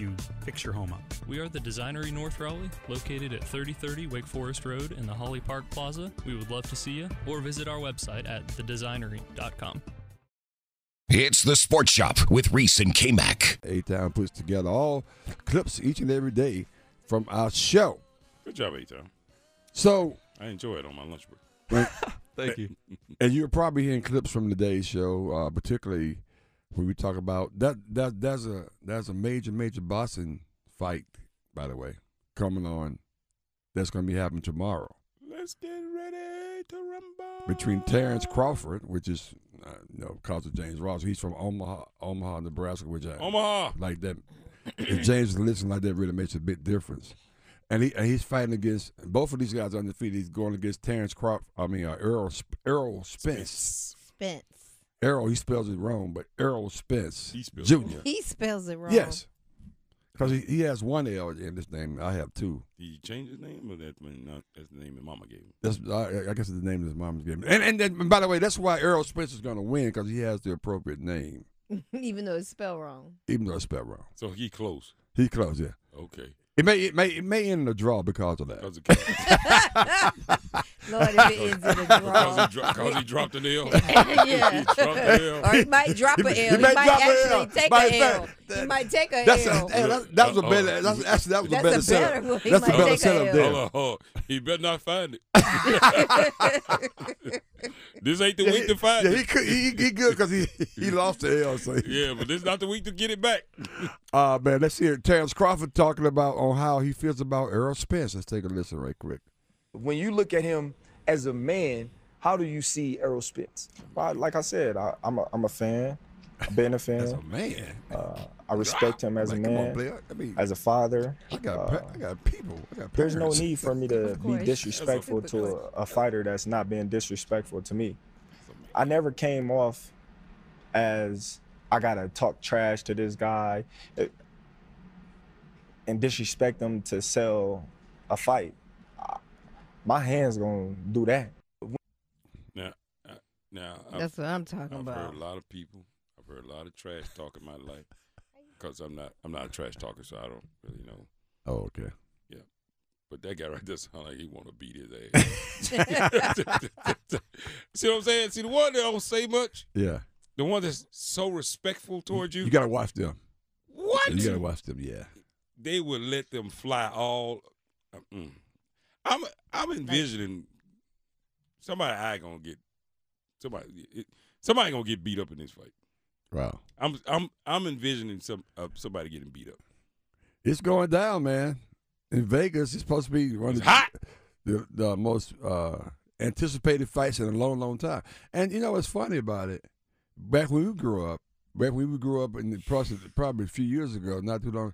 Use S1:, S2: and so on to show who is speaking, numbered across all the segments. S1: you fix your home up.
S2: We are the Designery North Raleigh, located at 3030 Wake Forest Road in the Holly Park Plaza. We would love to see you or visit our website at thedesignery.com.
S3: It's the Sports Shop with Reese and K Mac.
S4: A Town puts together all clips each and every day from our show.
S5: Good job, A-Town.
S4: So,
S5: I enjoy it on my lunch break.
S6: Thank you.
S4: and you're probably hearing clips from today's show, uh, particularly when we talk about that. That that's a that's a major major boxing fight, by the way, coming on. That's going to be happening tomorrow
S5: Let's get ready to rumble.
S4: between Terrence Crawford, which is uh, you know, cause of James Ross. He's from Omaha, Omaha, Nebraska, which I
S5: Omaha.
S4: like that. If James listen like that, really makes a big difference. And he and he's fighting against both of these guys are undefeated. He's going against Terrence Crawford. I mean, uh, Errol Sp- Errol Spence.
S7: Spence.
S4: Errol, he spells it wrong, but Errol Spence
S5: He spells it
S4: Junior.
S7: He spells it wrong.
S4: Yes, because he, he has one L in this name. I have two.
S5: Did you change his name or that when not that's the name that mama gave him?
S4: That's I, I guess it's the name of his mom's game. And and, then, by the way, that's why Errol Spence is going to win because he has the appropriate name,
S7: Even though it's spelled wrong.
S4: even though it's spelled wrong.
S5: So he close.
S4: He close, yeah.
S5: Okay.
S4: It may it may it may end in a draw because of that.
S5: Cause, it, cause,
S7: Lord, if it ends in a
S5: he,
S7: draw.
S5: dro- 'cause he dropped an L. He
S7: yeah.
S5: dropped an
S7: Or
S5: L.
S7: he might drop an L.
S4: He
S7: He,
S4: may
S7: might
S4: drop a
S7: actually
S4: L.
S7: take
S4: Matter
S7: an
S4: of
S7: L.
S4: fact,
S7: He
S4: that-
S7: might take an
S4: That's a,
S7: L.
S4: hey, that's, that was a
S5: Uh-oh.
S4: better. That's, that's, that was a
S7: That's
S4: better
S7: a
S4: setup.
S7: better one. He
S4: That's a
S7: might
S4: better
S7: take a
S4: setup
S7: L.
S4: there.
S5: oh. Hold on, hold on. He better not find it. this ain't the
S4: Yeah,
S5: week to find
S4: he, yeah,
S5: it.
S4: he could he, he good because he he lost the L. So
S5: Yeah, but this is not the week to get it back.
S4: Uh man, let's hear Terrence Crawford talking about on how he feels about Errol Spence. Let's take a listen right quick.
S8: when you look at him as a man, how do you see Errol Spence? Well, I- like I said, I, I'm, a, I'm a fan. I've been a
S4: That's a
S5: Oh,
S8: fan.
S4: man.
S8: Uh, I respect him as a
S4: Man, come on,
S8: man,
S4: player. I mean,
S8: as a father.
S4: I got
S8: Uh,
S4: pa- I got people. I got
S8: there's no
S4: parents.
S8: need for me to
S7: Of
S8: be
S7: course.
S8: disrespectful
S7: That's a-
S8: to a, a fighter that's not being disrespectful to me. I never came off as I gotta talk trash to this guy eh, and disrespect him to sell a fight. I- My hands gonna do that.
S5: Now, I've,
S7: That's what I'm talking
S5: I've
S7: about.
S5: heard a lot of people. I've heard a lot of trash talk in my life because I'm not I'm not a trash talker, so I don't really know.
S4: Oh, okay.
S5: But that guy right there sound like he want to beat his ass. See what I'm saying? See the one that don't say much,
S4: Yeah.
S5: the one that's so respectful towards you.
S4: You gotta watch them.
S5: what?
S4: You gotta watch them. Yeah.
S5: they would let them fly all. Mm. I'm I'm envisioning somebody I gonna get somebody it, somebody gonna get beat up in this fight.
S4: Wow.
S5: I'm I'm I'm envisioning some uh, somebody getting beat up.
S4: It's going down, man. In Vegas, it's supposed to be one of
S5: It's
S4: the,
S5: hot.
S4: the, the most uh, anticipated fights in a long, long time. And you know what's funny about it? Back when we grew up, back when we grew up in the process, probably a few years ago, not too long,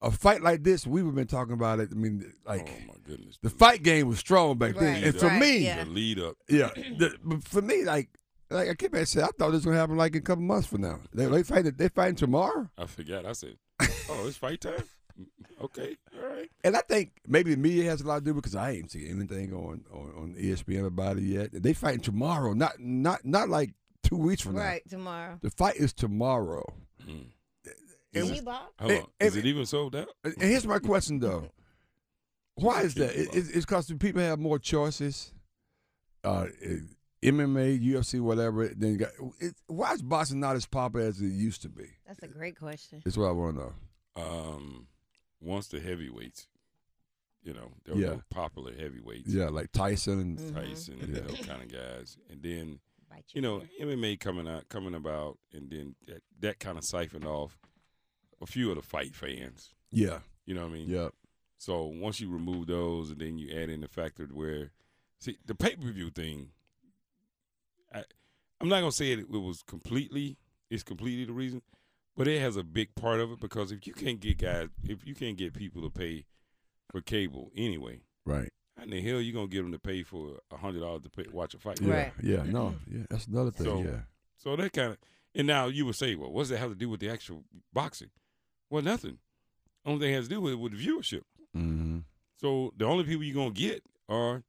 S4: a fight like this, we've been talking about it. I mean, like
S5: oh my goodness.
S4: the fight game was strong back then,
S7: Right,
S4: and for
S7: right,
S4: me,
S7: yeah.
S5: the lead up.
S4: yeah, the, but for me, like. Like I kept saying, I thought this was gonna happen like in a couple months from now. They they fighting they fighting tomorrow,
S5: I forgot. I said, oh, it's fight time. Okay, all right.
S4: and I think maybe the media has a lot to do because I ain't seen anything on, on, on E ESPN about it yet. They fighting tomorrow, not not not like two weeks from
S7: Right, tomorrow.
S4: now. The fight is tomorrow.
S5: Mm.
S4: And,
S7: Is she blocked?
S5: Hold
S4: It-
S5: on. Is
S4: it-
S5: it even sold out?
S4: and here's my question though: Why is that? It, it's because the people have more choices. Uh, it- MMA, UFC, whatever. Then you got, it, why is boxing not as popular as it used to be?
S7: That's a great question.
S4: That's what I want to know.
S5: Um, once the heavyweights, you know, there were
S4: Yeah.
S5: no popular heavyweights.
S4: Yeah, like Tyson and
S7: Mhm.
S5: Tyson, and
S4: Yeah.
S5: those kind of guys. And then
S7: Bite
S5: you know
S7: your ear.
S5: MMA coming out, coming about, and then that, that kind of siphoned off a few of the fight fans.
S4: yeah,
S5: You know what I mean?
S4: yeah.
S5: So once you remove those, and then you add in the factor where, see, the pay per view thing. I, I'm not gonna say it, it was completely. It's completely the reason, but it has a big part of it because if you can't get guys, if you can't get people to pay for cable anyway,
S4: Right.
S5: how in the hell you gonna get them to pay for a hundred dollars to pay, watch a fight?
S4: Yeah.
S7: Right.
S4: Yeah. No. Yeah. That's another thing.
S5: So-
S4: yeah.
S5: So that kind of, and now you would say, well, what does that have to do with the actual boxing? Well, nothing. Only thing it has to do with with viewership.
S4: Mm-hmm.
S5: So the only people you're gonna get are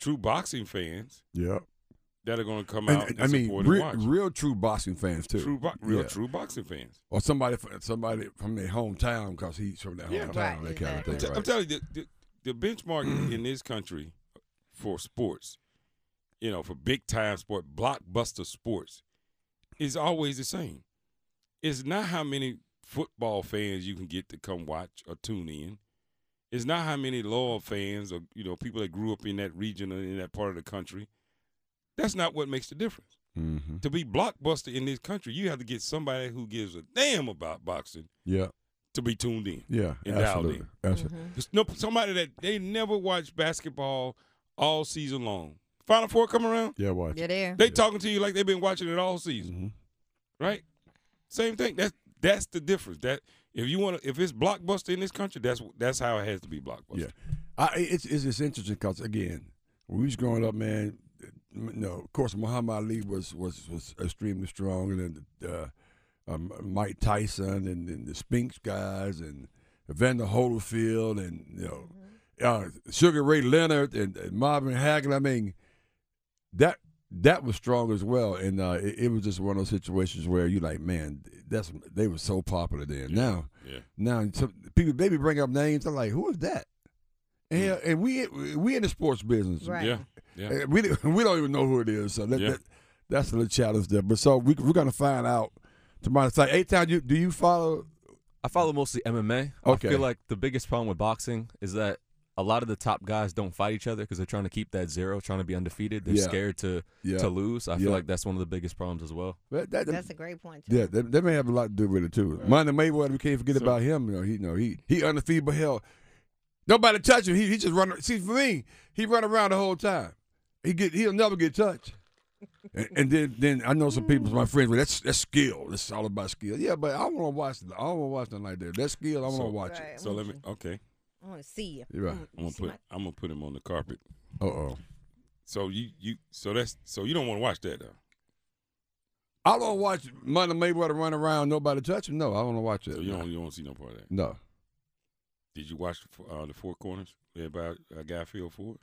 S5: true boxing fans
S4: Yeah.
S5: that are gonna come out.
S4: And,
S5: And,
S4: I mean,
S5: support
S4: real,
S5: and watch.
S4: real true boxing fans too.
S5: true, bo- real
S4: Yeah.
S5: true boxing fans.
S4: Or somebody, from- somebody from their hometown because he's from their
S5: Yeah.
S4: hometown. that
S7: Right,
S4: kind
S7: exactly.
S4: of
S5: T-
S4: thing.
S5: I'm
S4: Right.
S5: telling you, the, the, the benchmark in this country for sports, you know, for big time sport, blockbuster sports, is always the same. It's not how many football fans you can get to come watch or tune in. It's not how many loyal fans or you know people that grew up in that region or in that part of the country. That's not what makes the difference.
S4: mm-hmm.
S5: To be blockbuster in this country, you have to get somebody who gives a damn about boxing
S4: Yeah.
S5: to be tuned in.
S4: Yeah.
S5: And
S4: absolutely. Absolutely.
S5: There's no somebody that they never watch basketball all season long. Final four come around,
S4: Yeah. Watch.
S7: You're there.
S5: they talking to you like they've been watching it all season,
S4: Mm-hmm.
S5: right? Same thing. That's that's the difference. That if you want to, if it's blockbuster in this country, that's that's how it has to be blockbuster.
S4: Yeah, I, i- it's, it's it's interesting because again, when we was growing up, man, m- no, of course Muhammad Ali was was was extremely strong, and then uh, um, Mike Tyson and, and the Spinks guys and Evander Holyfield and you know
S5: Mm-hmm.
S4: uh, Sugar Ray Leonard and, and Marvin Hagler. I mean, that that was strong as well, and uh, it, it was just one of those situations where you like, man, that's they were so popular then. Now.
S5: yeah.
S4: Now some people maybe bring up names. I'm like, who is that? And, and we we in the sports business.
S7: Right.
S5: yeah, yeah.
S4: And We we don't even know who it is. So that,
S5: Yeah.
S4: that- that's a little challenge there. But so we we're gonna find out tomorrow. It's like eight times. You do you follow?
S6: I follow mostly MMA.
S4: Okay.
S6: I feel like the biggest problem with boxing is that a lot of the top guys don't fight each other because they're trying to keep that zero, trying to be undefeated. They're
S4: Yeah.
S6: scared to
S4: Yeah.
S6: to lose. I
S4: Yeah.
S6: feel like that's one of the biggest problems as well.
S4: That- that-
S7: That's a great point. Too.
S4: yeah, that, that may have a lot to do with it too. Monday Mayweather, we can't forget about him. You know, he you know he he undefeated, but hell, nobody touch him. He he just run. See for me, he run around the whole time. He get he'll never get touched. and, and then then I know some people, my friends, well, that's that's skill. That's all about skill. Yeah, but I want to watch. I don't want to watch nothing like that. That's skill. I want to
S5: So-
S4: watch
S7: Right,
S4: it.
S7: I'm
S5: So let
S7: with
S5: me.
S7: you.
S5: Okay,
S7: I want to see you.
S4: You're right.
S5: I'm gonna
S7: See
S5: put
S7: my-
S5: I'm gonna put him on the carpet.
S4: Uh oh.
S5: So you you so that's so you don't want to watch that though.
S4: I don't watch Monday Mayweather run around. Nobody touch him. No, I don't want to watch
S5: So
S4: it.
S5: you don't you don't see no part of that.
S4: No.
S5: Did you watch the, four- uh, the Four Corners led by uh, Guy Field Ford?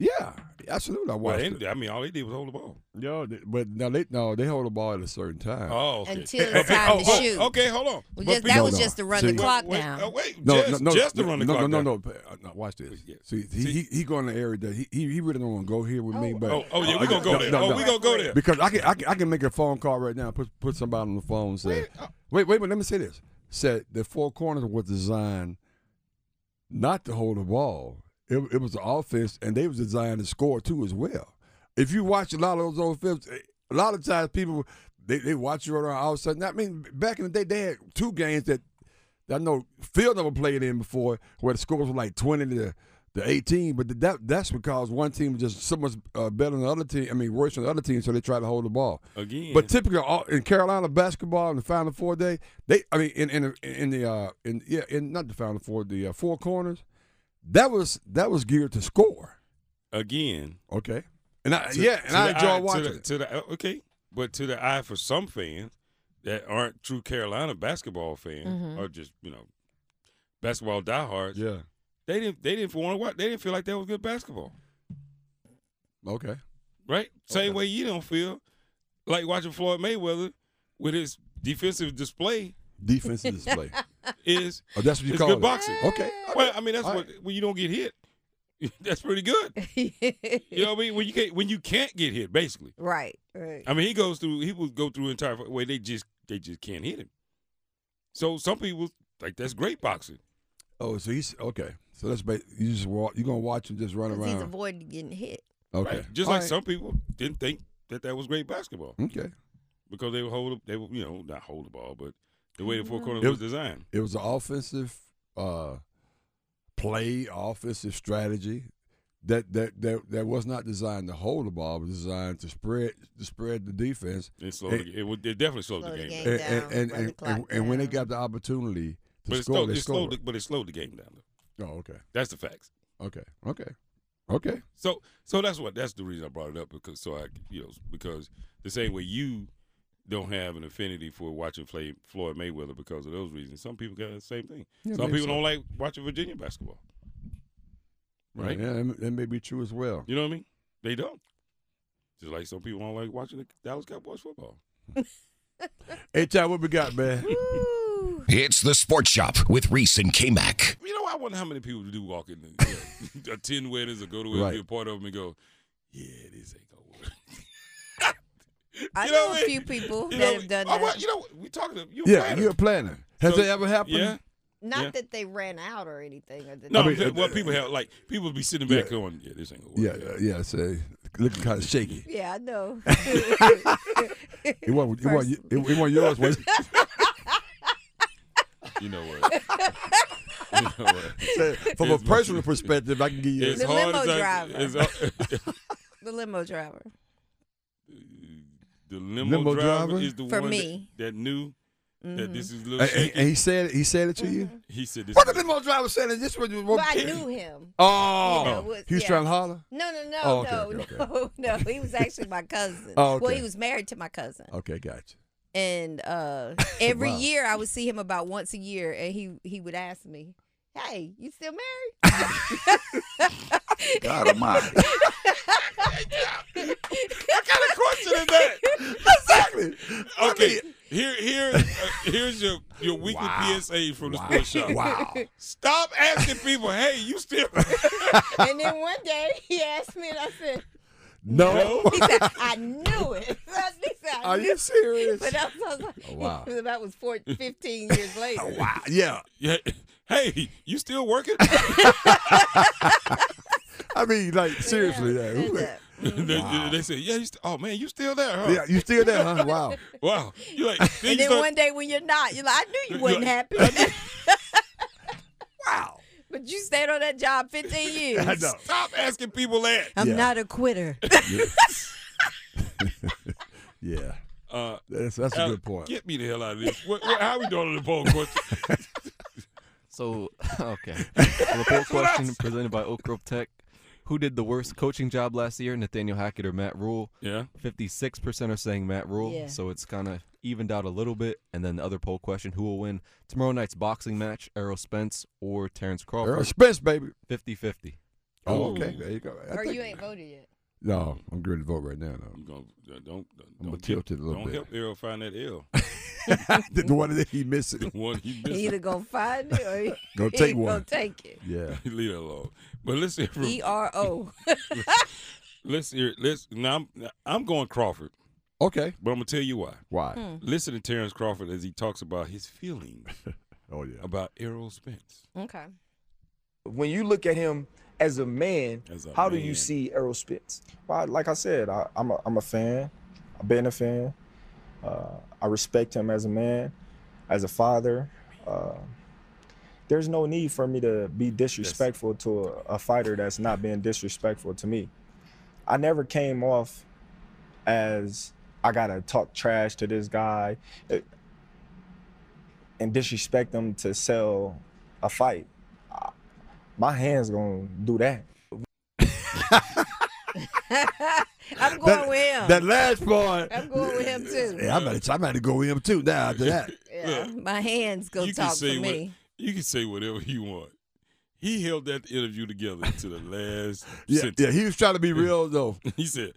S4: Yeah, absolutely. I
S5: Well,
S4: watched
S5: they-
S4: it.
S5: I mean, all they did was hold the ball.
S4: No, they- but now they no, they hold the ball at a certain time.
S5: Oh, okay.
S7: Until it's time
S5: oh,
S7: to
S5: oh,
S7: shoot.
S5: Okay, hold on.
S7: Well,
S5: But
S7: just,
S5: be-
S7: that
S4: No,
S7: was
S4: no.
S7: just to run
S4: See-
S7: the clock
S5: wait,
S7: down.
S5: Oh, wait,
S4: No,
S5: just,
S4: no, no,
S5: just to
S4: no,
S5: run the
S4: no,
S5: clock
S4: no,
S5: down.
S4: no, no. uh, no, Watch this.
S5: Yeah.
S4: See, he,
S5: See-
S4: he he going to area that he, he he really don't want to go here with me, but
S5: Oh, oh yeah,
S4: I-
S5: we gonna go
S4: no,
S5: there.
S4: no,
S5: oh,
S4: no.
S5: we gonna go there.
S4: because I can, I can I can make a phone call right now. Put put somebody on the phone. and Say,
S5: uh,
S4: wait, wait, but let me say this. Said the four corners was designed not to hold the ball. It, it was an offense, and they was designed to score too as well. If you watch a lot of those old films, eh, a lot of times people they, they watch you around all of a sudden. I mean, back in the day, they had two games that I know Phil never played in before, where the scores were like twenty to to eighteen. But that that's because one team was just so much uh, better than the other team. I mean, worse than the other team, so they tried to hold the ball.
S5: Again,
S4: But typically, all, in Carolina basketball in the Final Four day, they I mean in in the- in the uh, in yeah in not the Final Four the uh, Four Corners, that was that was geared to score.
S5: again,
S4: Okay, and I
S5: to-
S4: yeah, and
S5: to
S4: I
S5: the
S4: enjoy
S5: eye- to
S4: watching
S5: the-
S4: it.
S5: To the, uh, okay, but to the eye for some fans that aren't true Carolina basketball fans,
S7: Mm-hmm.
S5: or just you know basketball diehards,
S4: Yeah.
S5: they didn't they didn't want to watch. They didn't feel like that was good basketball,
S4: Okay.
S5: right? Same way you don't feel like watching Floyd Mayweather with his defensive display
S4: Defensive display.
S5: is
S4: Oh, that's what you
S5: It's
S4: call
S5: good
S4: it.
S5: boxing.
S4: Okay.
S5: well. I mean, that's
S4: All
S5: what when you don't get hit. That's pretty good. You know what I mean? When you can't when you can't get hit, basically.
S7: right. Right.
S5: I mean, he goes through. He will go through entire way. They just they just can't hit him. So some people like that's great boxing.
S4: Oh, so he's okay. So that's ba- you just walk. You gonna watch him just run
S7: 'Cause
S4: around.
S7: he's avoiding getting hit.
S4: okay.
S5: right? Just like some people didn't think that that was great basketball
S4: Okay.
S5: because they would hold. They would you know not hold the ball, but the way the four corners
S4: It
S5: was
S4: was-
S5: designed.
S4: It was an offensive uh, play, offensive strategy. that that that, that was not designed to hold the ball, but designed to spread to spread the defense.
S5: It slowed. the- It, would- it definitely slowed
S7: Slow
S5: the
S7: the
S5: game.
S7: game.
S5: down.
S4: And
S7: down,
S4: and, and,
S7: run the
S4: and,
S7: clock
S4: and when they
S7: down.
S4: got the opportunity to
S5: But it,
S4: score,
S5: slowed,
S4: they
S5: it, slowed
S4: scored.
S5: the, but it slowed the game down. though.
S4: oh, okay,
S5: That's the facts.
S4: okay, okay, okay.
S5: So so that's what that's the reason I brought it up because so I you know because the same way you don't have an affinity for watching Floyd, Floyd Mayweather because of those reasons. Some people got the same thing.
S4: Yeah,
S5: Some
S4: maybe so.
S5: people don't like watching Virginia basketball. Right?
S4: Yeah, that, may- that may be true as well.
S5: You know what I mean? They don't. Just like some people don't like watching the Dallas Cowboys football.
S4: Hey, Ty, what we got, man?
S7: Woo.
S3: It's the Sports Shop with Reese and K Mac.
S5: You know, I wonder how many people do walk in, the, you know, attend weddings or go to it,
S4: Right.
S5: be a part of them, and go, "Yeah, this ain't gonna work."
S7: I
S5: You
S7: know
S5: what
S7: a
S5: I mean?
S7: few people
S5: You
S7: that
S5: know,
S7: have done
S5: oh, well,
S7: that.
S5: you know, we talking. To, you a
S4: yeah,
S5: planner.
S4: you're a planner. Has
S5: So-
S4: that ever happened?
S5: Yeah.
S7: Not
S5: yeah.
S7: that they ran out or anything. Or that
S5: No,
S4: I mean,
S5: I'm-
S4: uh,
S5: well, people have like people be sitting back going, "Yeah, this ain't gonna
S4: Yeah,
S5: work."
S4: yeah, yeah. Say, looking kind of shaky.
S7: Yeah, I know.
S4: It wasn't. It wasn't, it, it wasn't yours, was it?
S5: You know what? you know what?
S4: Say, From a
S5: It's my-
S4: personal perspective, I can give you.
S5: It's
S7: The
S5: hard
S7: limo
S5: as I,
S7: driver.
S5: It's, hard-
S7: the limo driver.
S5: the limo,
S4: Limo
S5: driver,
S4: driver? Mm-hmm.
S5: is the
S7: For
S5: one that-
S7: me.
S5: That, knew that this is little
S4: And- and,
S5: shaky.
S4: and he said. He said it to you.
S5: He said, "This."
S4: What the
S5: is-
S4: limo driver said is this was
S7: Well, I knew him.
S4: Oh,
S7: You know, was-
S4: he was
S7: yeah.
S4: trying to holler.
S7: No, no, no,
S4: Oh, okay,
S7: no,
S4: okay,
S7: no, no. He was actually my cousin.
S4: Oh, okay.
S7: Well, he was married to my cousin,
S4: Okay, gotcha.
S7: and uh, every
S4: Wow.
S7: year I would see him about once a year, and he he would ask me, "Hey, you still married?"
S9: God almighty.
S5: What kind of question is that?
S4: Exactly.
S5: Okay, here, here, uh, here's your your weekly PSA from the sports shop.
S4: Wow.
S5: Stop asking people, "Hey, you still?"
S7: and then one day he asked me, and I said,
S4: No.
S7: "He said I knew it." he said, I
S4: Are
S7: knew
S4: you
S7: it."
S4: serious?
S7: But uh, that was like,
S4: Oh, wow. Oh,
S7: that was 14, 15 years later.
S4: wow. Yeah.
S5: Yeah. Hey, you still working?
S4: I mean, like seriously. Yeah.
S7: That's
S4: who-
S7: it.
S5: they, they said, "Yeah, you st- oh man, you still there? Huh?
S4: Mm-hmm. yeah, You still there, huh? Wow.
S5: Wow. You like? Then
S7: And
S5: you
S7: then
S5: start,
S7: one day when you're not, you're like, I knew you
S5: You're
S7: wasn't
S5: like-
S7: happy.
S4: Wow.
S7: but you stayed on that job 15 years.
S4: I know.
S5: stop asking people that.
S7: I'm
S4: Yeah.
S7: not a quitter.
S4: Yeah.
S5: Uh,
S4: That's that's a
S5: uh,
S4: good point.
S5: Get me the hell out of this. What, what, how we doing on the poll question?
S6: So, okay. Well, the poll question presented by Oak Grove Tech. Who did the worst coaching job last year, Nathaniel Hackett or Matt Rule?
S5: Yeah.
S6: 56% are saying Matt Rule,
S7: Yeah.
S6: so it's kind of evened out a little bit. And then the other poll question, who will win tomorrow night's boxing match, Errol Spence or Terrence
S4: Earl
S6: Crawford?
S4: Spence, baby.
S6: 50-50.
S4: Oh,
S5: Ooh.
S4: okay. There you go. I
S7: or
S4: think-
S7: you ain't voted yet.
S4: No, I'm going to vote right now.
S5: I'm gonna, don't don't,
S4: I'm gonna
S5: don't
S4: tilt it a little
S5: don't
S4: bit.
S5: help Errol find that L.
S4: Though. the one that he missing.
S5: One he
S7: He
S5: missed.
S7: either gonna find it or he,
S4: Go
S7: he
S4: take
S7: ain't
S4: one.
S7: gonna take it.
S4: Yeah.
S5: Leave that alone. But let's hear from
S7: E R O.
S5: let's hear let's now I'm I'm going Crawford,
S4: Okay.
S5: but I'm gonna tell you why.
S4: Why?
S5: Listen to Terrence Crawford as he talks about his feelings
S4: Oh yeah.
S5: about Errol Spence.
S7: Okay.
S10: when you look at him as a man,
S5: As a
S10: how do
S5: man.
S10: you see Errol Spence?
S8: Well, like I said, I, I'm a, I'm a fan. I've been a fan. Uh, I respect him as a man, as a father. Uh, there's no need for me to be disrespectful to a, a fighter that's not being disrespectful to me. I never came off as I gotta talk trash to this guy eh, and disrespect him to sell a fight. I- My hands gonna do that.
S7: I'm going
S4: That-
S7: with him.
S4: That last part.
S7: I'm going with him too.
S4: Yeah, I might, I might go with him too now after that.
S7: Yeah. My hands go
S5: you can
S7: talk for
S5: say what-
S7: me.
S5: You can say whatever you want. He held that interview together to the last
S4: Yeah,
S5: sentence.
S4: yeah, he was trying to be real though.
S5: He said,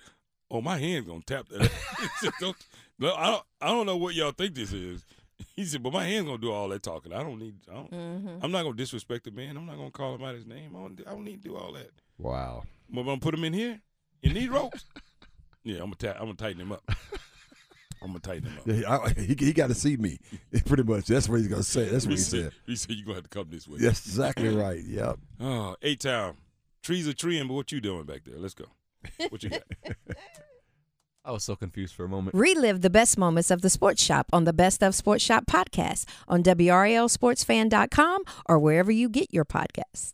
S5: "Oh, my hand's gonna tap that." He said, don't, no, I don't. I don't know what y'all think this is. He said, "But my hand's gonna do all that talking. I don't need. I don't,
S4: Mm-hmm.
S5: I'm not gonna disrespect the man. I'm not gonna call him out his name. I don't, I don't need to do all that.
S4: Wow.
S5: But I'm gonna put him in here in these ropes. yeah, I'm gonna. Ta- I'm gonna tighten him up. I'm gonna tighten him up."
S4: Yeah, he- I, he, he got to see me. Pretty much, that's what he's gonna say. That's what he said.
S5: He said, "You're gonna have to come this way."
S4: That's exactly right. Yep.
S5: Oh, eight time. Trees are treeing, but what you doing back there? Let's go. What you got?
S6: I was so confused for a moment.
S11: Relive the best moments of the Sports Shop on the Best of Sports Shop podcast on WRLSportsFan.com or wherever you get your podcasts.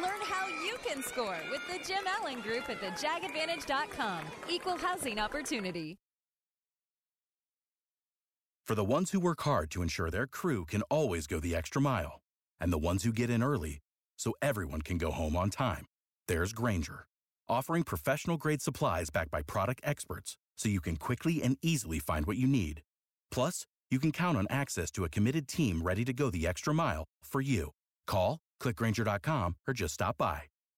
S7: Learn how you can score with the Jim Allen Group at thejagadvantage.com. Equal housing opportunity.
S5: For the ones who work hard to ensure their crew can always go the extra mile, and the ones who get in early so everyone can go home on time, there's Granger, offering professional grade supplies backed by product experts so you can quickly and easily find what you need. Plus, you can count on access to a committed team ready to go the extra mile for you. Call, clickgranger.com, or just stop by.